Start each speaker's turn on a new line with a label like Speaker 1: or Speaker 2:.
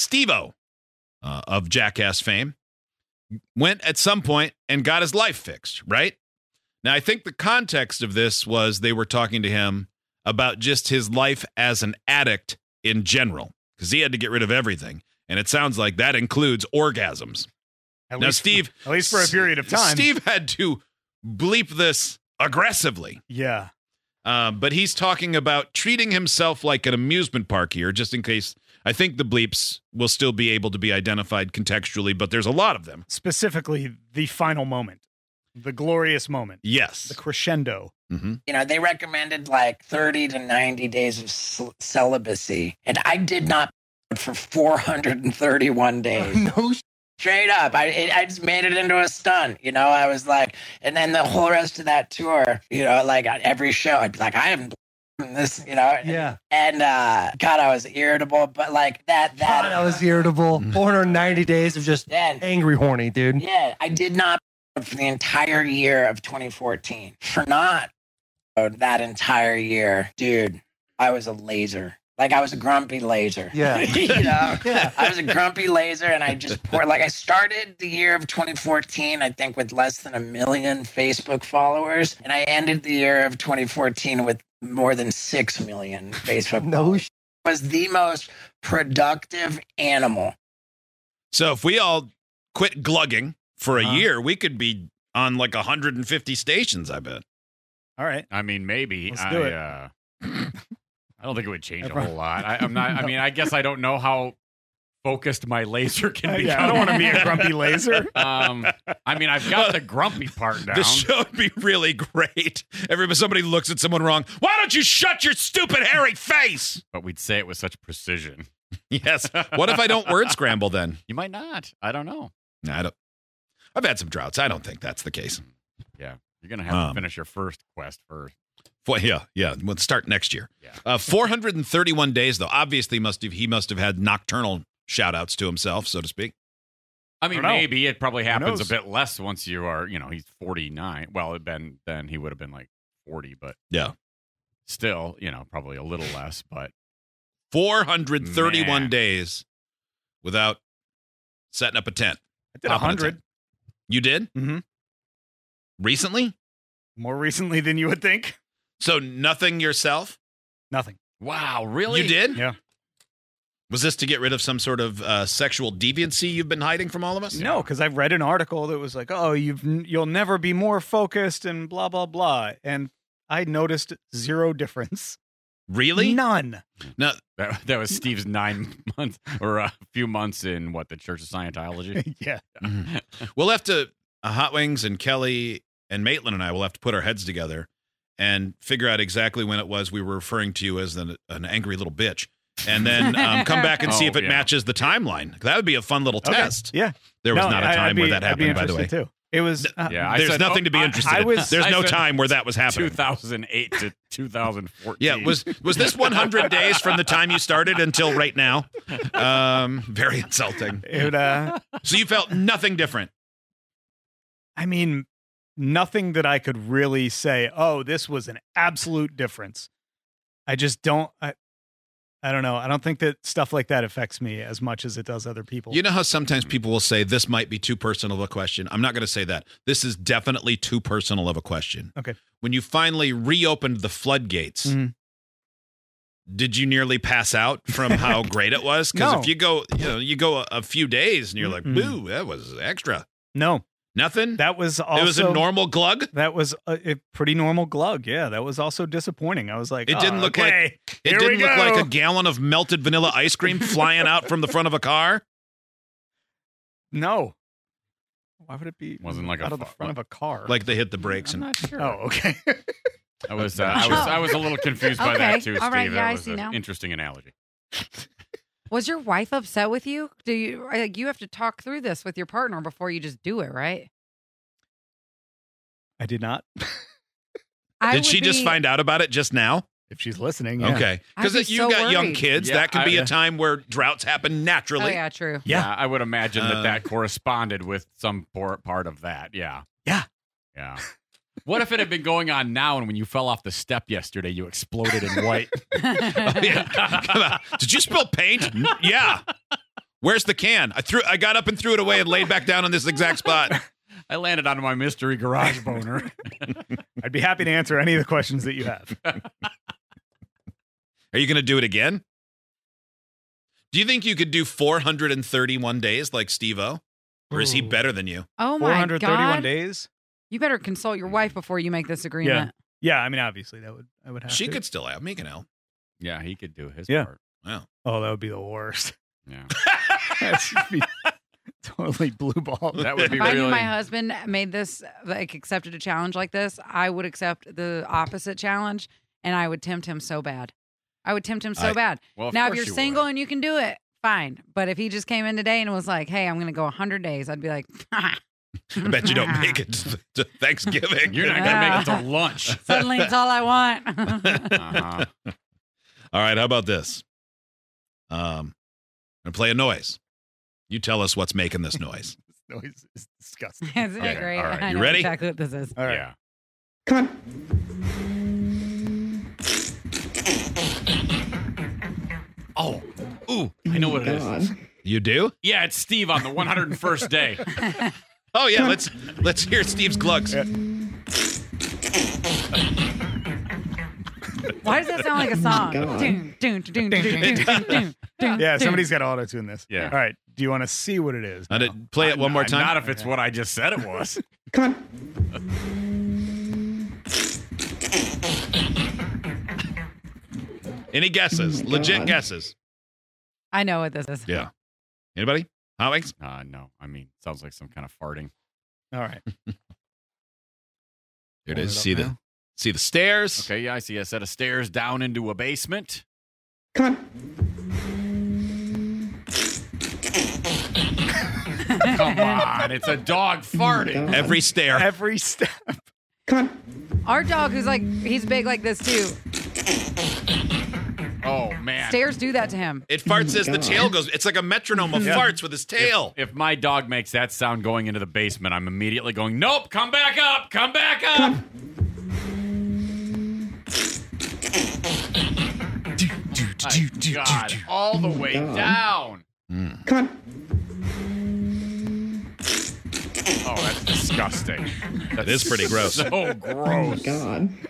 Speaker 1: Stevo uh, of Jackass fame went at some point and got his life fixed, right? Now, I think the context of this was they were talking to him about just his life as an addict in general, because he had to get rid of everything. And it sounds like that includes orgasms.
Speaker 2: At
Speaker 1: Now,
Speaker 2: least,
Speaker 1: Steve-
Speaker 2: at least for a period of time.
Speaker 1: Steve had to bleep this aggressively.
Speaker 2: yeah,
Speaker 1: Um, but he's talking about treating himself like an amusement park here, just in case. I think the bleeps will still be able to be identified contextually, but there's a lot of them.
Speaker 2: specifically the final moment, the glorious moment,
Speaker 1: Yes.
Speaker 2: the crescendo.
Speaker 1: hmm
Speaker 3: you know, they recommended like 30 to 90 days of cel- celibacy. And I did not for 431 days.
Speaker 4: no
Speaker 3: Straight up. I, it, I just made it into a stunt. You know, I was like, and then the whole rest of that tour, you know, like at every show, I'd be like, I haven't this, you know,
Speaker 4: Yeah.
Speaker 3: and uh, God, I was irritable, but like that, that,
Speaker 4: God, I was irritable. 490 days of just
Speaker 3: then,
Speaker 4: angry horny, dude.
Speaker 3: Yeah, I did not for the entire year of 2014. For not oh, that entire year, dude, I was a laser. Like I was a grumpy laser.
Speaker 4: Yeah.
Speaker 3: you know?
Speaker 4: Yeah.
Speaker 3: I was a grumpy laser and I just poured like I started the year of 2014 I think with less than a million Facebook followers and I ended the year of 2014 with more than 6 million Facebook.
Speaker 4: No
Speaker 3: followers. was the most productive animal.
Speaker 1: So if we all quit glugging for a
Speaker 2: Uh-huh.
Speaker 1: year, we could be on like 150 stations, I bet.
Speaker 2: All right.
Speaker 5: I mean, maybe.
Speaker 2: Let's
Speaker 5: I,
Speaker 2: do it.
Speaker 5: Uh, I don't think it would change a
Speaker 2: Everyone-
Speaker 5: whole lot. I, I'm not. I mean, I guess I don't know how focused my laser can
Speaker 2: Uh, yeah, I don't
Speaker 5: become.
Speaker 2: want to be a grumpy laser.
Speaker 5: um, I mean, I've got the grumpy part down.
Speaker 1: This show would be really great. Everybody, somebody looks at someone wrong. Why don't you shut your stupid hairy face?
Speaker 5: but we'd say it with such precision.
Speaker 1: Yes. What if I don't word scramble then?
Speaker 5: You might not. I don't know.
Speaker 1: No, I don't. I've had some droughts. I don't think that's the case.
Speaker 5: Yeah, you're gonna have
Speaker 1: Um,
Speaker 5: to finish your first quest first.
Speaker 1: Well, yeah, yeah. We'll start next year.
Speaker 5: Yeah.
Speaker 1: Uh, 431 days, though. Obviously, must have he must have had nocturnal shout outs to himself, so to speak.
Speaker 5: I mean,
Speaker 2: don't know.
Speaker 5: maybe it probably happens a
Speaker 2: knows?
Speaker 5: bit less once you are. You know, he's 49. Well, it been then he would have been like 40, but
Speaker 1: Yeah.
Speaker 5: still, you know, probably a little less. But
Speaker 1: 431
Speaker 5: Man.
Speaker 1: days without setting up a tent.
Speaker 2: I did
Speaker 1: Popping a
Speaker 2: 100
Speaker 1: tent. You did?
Speaker 2: Mhm.
Speaker 1: Recently?
Speaker 2: more recently than you would think.
Speaker 1: So nothing yourself?
Speaker 2: Nothing.
Speaker 5: wow, really?
Speaker 1: You did?
Speaker 2: Yeah.
Speaker 1: Was this to get rid of some sort of uh, sexual deviancy you've been hiding from all of us?
Speaker 2: No, because I've read an article that was like, "Oh, you've n- you'll never be more focused," and blah blah blah. And I noticed zero difference.
Speaker 1: Really?
Speaker 2: None.
Speaker 5: That, that was Steve's nine months or a few months in what the Church of Scientology.
Speaker 2: yeah.
Speaker 1: Mhm. we'll have to uh, Hot Wings and Kelly and Maitland and I will have to put our heads together and figure out exactly when it was we were referring to you as an, an angry little bitch, and then um, come back and see
Speaker 5: Oh,
Speaker 1: if it
Speaker 5: yeah.
Speaker 1: matches the timeline. That would be a fun little
Speaker 2: Okay.
Speaker 1: test.
Speaker 2: Yeah.
Speaker 1: There was
Speaker 2: No,
Speaker 1: not a
Speaker 2: I- I'd
Speaker 1: time
Speaker 2: be-
Speaker 1: where that
Speaker 2: I'd be
Speaker 1: happened. By the way,
Speaker 2: interested, too. It was. Uh,
Speaker 5: Yeah,
Speaker 1: there's
Speaker 5: said-
Speaker 1: nothing to be
Speaker 5: oh, I-
Speaker 1: interested
Speaker 5: I
Speaker 1: in.
Speaker 5: was-
Speaker 1: there's
Speaker 5: I
Speaker 1: no
Speaker 5: said
Speaker 1: time where that was happening.
Speaker 5: 2008 to 2014.
Speaker 1: Yeah, was was this 100 days from the time you started until right now? Um, very insulting.
Speaker 2: It would, uh,
Speaker 1: So you felt nothing different.
Speaker 2: I mean, nothing that I could really say. Oh, this was an absolute difference. I just don't. I, I don't know. I don't think that stuff like that affects me as much as it does other people.
Speaker 1: You know how sometimes people will say this might be too personal of a question. I'm not going to say that. This is definitely too personal of a question.
Speaker 2: Okay.
Speaker 1: When you finally reopened the floodgates,
Speaker 2: Mhm.
Speaker 1: did you nearly pass out from how great it was? Because
Speaker 2: Mm-hmm. No.
Speaker 1: if you go, you know, you go a, a few days and you're like,
Speaker 2: Mm-mm.
Speaker 1: "Boo, that was extra."
Speaker 2: no,
Speaker 1: Nothing.
Speaker 2: that was also.
Speaker 1: it was a normal glug.
Speaker 2: That was a, a pretty normal glug. Yeah, that was also disappointing. I was like,
Speaker 1: It didn't
Speaker 2: "Ah,
Speaker 1: look
Speaker 2: okay.
Speaker 1: It
Speaker 2: Here we
Speaker 1: didn't look
Speaker 2: go."
Speaker 1: like a gallon of melted vanilla ice cream flying out from the front of a car.
Speaker 2: No. Why would it be
Speaker 5: Wasn't like a
Speaker 2: out of the
Speaker 5: fu-
Speaker 2: front of a car?
Speaker 1: Like they hit the brakes and
Speaker 2: oh, okay.
Speaker 5: I was, uh,
Speaker 1: Oh.
Speaker 5: I was, I was a little confused by
Speaker 6: Okay.
Speaker 5: that too, Steve.
Speaker 6: All right, yeah,
Speaker 5: that
Speaker 6: I
Speaker 5: was
Speaker 6: see
Speaker 5: an
Speaker 6: now.
Speaker 5: interesting analogy.
Speaker 6: Was your wife upset with you? Do you like you have to talk through this with your partner before you just do it, right?
Speaker 2: I did not.
Speaker 6: I
Speaker 1: did she just find out about it just now?
Speaker 2: If she's listening, yeah.
Speaker 1: Okay,
Speaker 6: I'd
Speaker 1: because
Speaker 6: be
Speaker 1: you
Speaker 6: so
Speaker 1: got young
Speaker 6: worried.
Speaker 1: kids,
Speaker 5: Yeah,
Speaker 1: that could be
Speaker 5: I-
Speaker 1: a time where droughts happen naturally.
Speaker 6: Oh yeah, true.
Speaker 2: Yeah.
Speaker 5: I would imagine
Speaker 1: Uh,
Speaker 5: that that corresponded with some por- part of that. Yeah.
Speaker 2: Yeah.
Speaker 5: Yeah. What if it had been going on now, and when you fell off the step yesterday, you exploded in white?
Speaker 1: Oh, yeah. Come on. Did you spill paint? N- yeah. Where's the can? I threw. I got up and threw it away and laid back down on this exact spot.
Speaker 5: I landed on my mystery garage boner.
Speaker 2: I'd be happy to answer any of the questions that you have.
Speaker 1: Are you going to do it again? Do you think you could do 431 days like Steve O? Or is he
Speaker 4: Ooh.
Speaker 1: better than you?
Speaker 6: Oh my
Speaker 2: 431
Speaker 6: god!
Speaker 2: days.
Speaker 6: You better consult your wife before you make this agreement.
Speaker 2: Yeah, I mean, obviously that would I would have.
Speaker 1: She
Speaker 2: to.
Speaker 1: could still have me, can help.
Speaker 5: yeah, he could do his
Speaker 2: Yeah.
Speaker 5: part.
Speaker 2: Oh, that would be the worst.
Speaker 5: Yeah,
Speaker 2: That should be totally blue ball.
Speaker 5: that would be
Speaker 6: If I knew
Speaker 5: really.
Speaker 6: my husband made this, like accepted a challenge like this, I would accept the opposite challenge, and I would tempt him so bad. I would tempt him so
Speaker 1: I-
Speaker 6: bad.
Speaker 5: well, of
Speaker 6: now, if
Speaker 5: course
Speaker 6: you're
Speaker 5: you would.
Speaker 6: single and you can do it, fine. But if he just came in today and was like, "Hey, I'm going to go 100 days," I'd be like, "I
Speaker 1: I bet you don't make it to to Thanksgiving.
Speaker 5: you're not
Speaker 6: Yeah.
Speaker 5: gonna make it to lunch.
Speaker 6: Suddenly, it's all I want."
Speaker 5: Uh-huh.
Speaker 1: All right, how about this? Um, I'm going to play a noise. You tell us what's making this noise.
Speaker 2: noise is disgusting.
Speaker 6: Isn't
Speaker 5: Okay,
Speaker 6: it great?
Speaker 5: all right.
Speaker 6: I
Speaker 1: You
Speaker 6: know
Speaker 1: ready?
Speaker 6: Exactly what this is.
Speaker 2: All right.
Speaker 5: Yeah. Come on. Oh, ooh, I know what it is.
Speaker 1: You do?
Speaker 5: Yeah, it's Steve on the 101st day.
Speaker 1: Oh yeah, let's let's hear Steve's glugs.
Speaker 6: Why does that sound like a song? Doom, doom, doom, doom, doom, doom, doom, doom, doom,
Speaker 2: Yeah,
Speaker 6: doom.
Speaker 2: somebody's got to auto tune this.
Speaker 5: Yeah.
Speaker 2: All right. Do you want to see what it is?
Speaker 1: Uh,
Speaker 2: now?
Speaker 1: did- play it one more time.
Speaker 5: Not if it's what I just said it was.
Speaker 1: Any guesses? Legit guesses.
Speaker 6: I know what this is.
Speaker 1: Yeah. Anybody? Alex?
Speaker 5: Uh, no, I mean, sounds like some kind of farting.
Speaker 2: All right.
Speaker 1: Here it
Speaker 2: Hold
Speaker 1: is.
Speaker 2: it up
Speaker 1: see the
Speaker 2: now.
Speaker 1: see the stairs.
Speaker 5: Okay, yeah, I see a set of stairs down into a basement. Come on, it's a dog farting.
Speaker 1: Every stair.
Speaker 2: Every step.
Speaker 6: Our dog, who's like, he's big like this too.
Speaker 5: Oh man.
Speaker 6: Stairs do that to him.
Speaker 1: It farts as the tail goes. It's like a metronome of
Speaker 2: Yeah.
Speaker 1: farts with his tail.
Speaker 5: If my dog makes that sound going into the basement, I'm immediately going, "Nope, come back up, come back up." My God, all the way down. Come on. Oh, that's disgusting. That
Speaker 1: is pretty gross.
Speaker 5: So gross.
Speaker 7: God.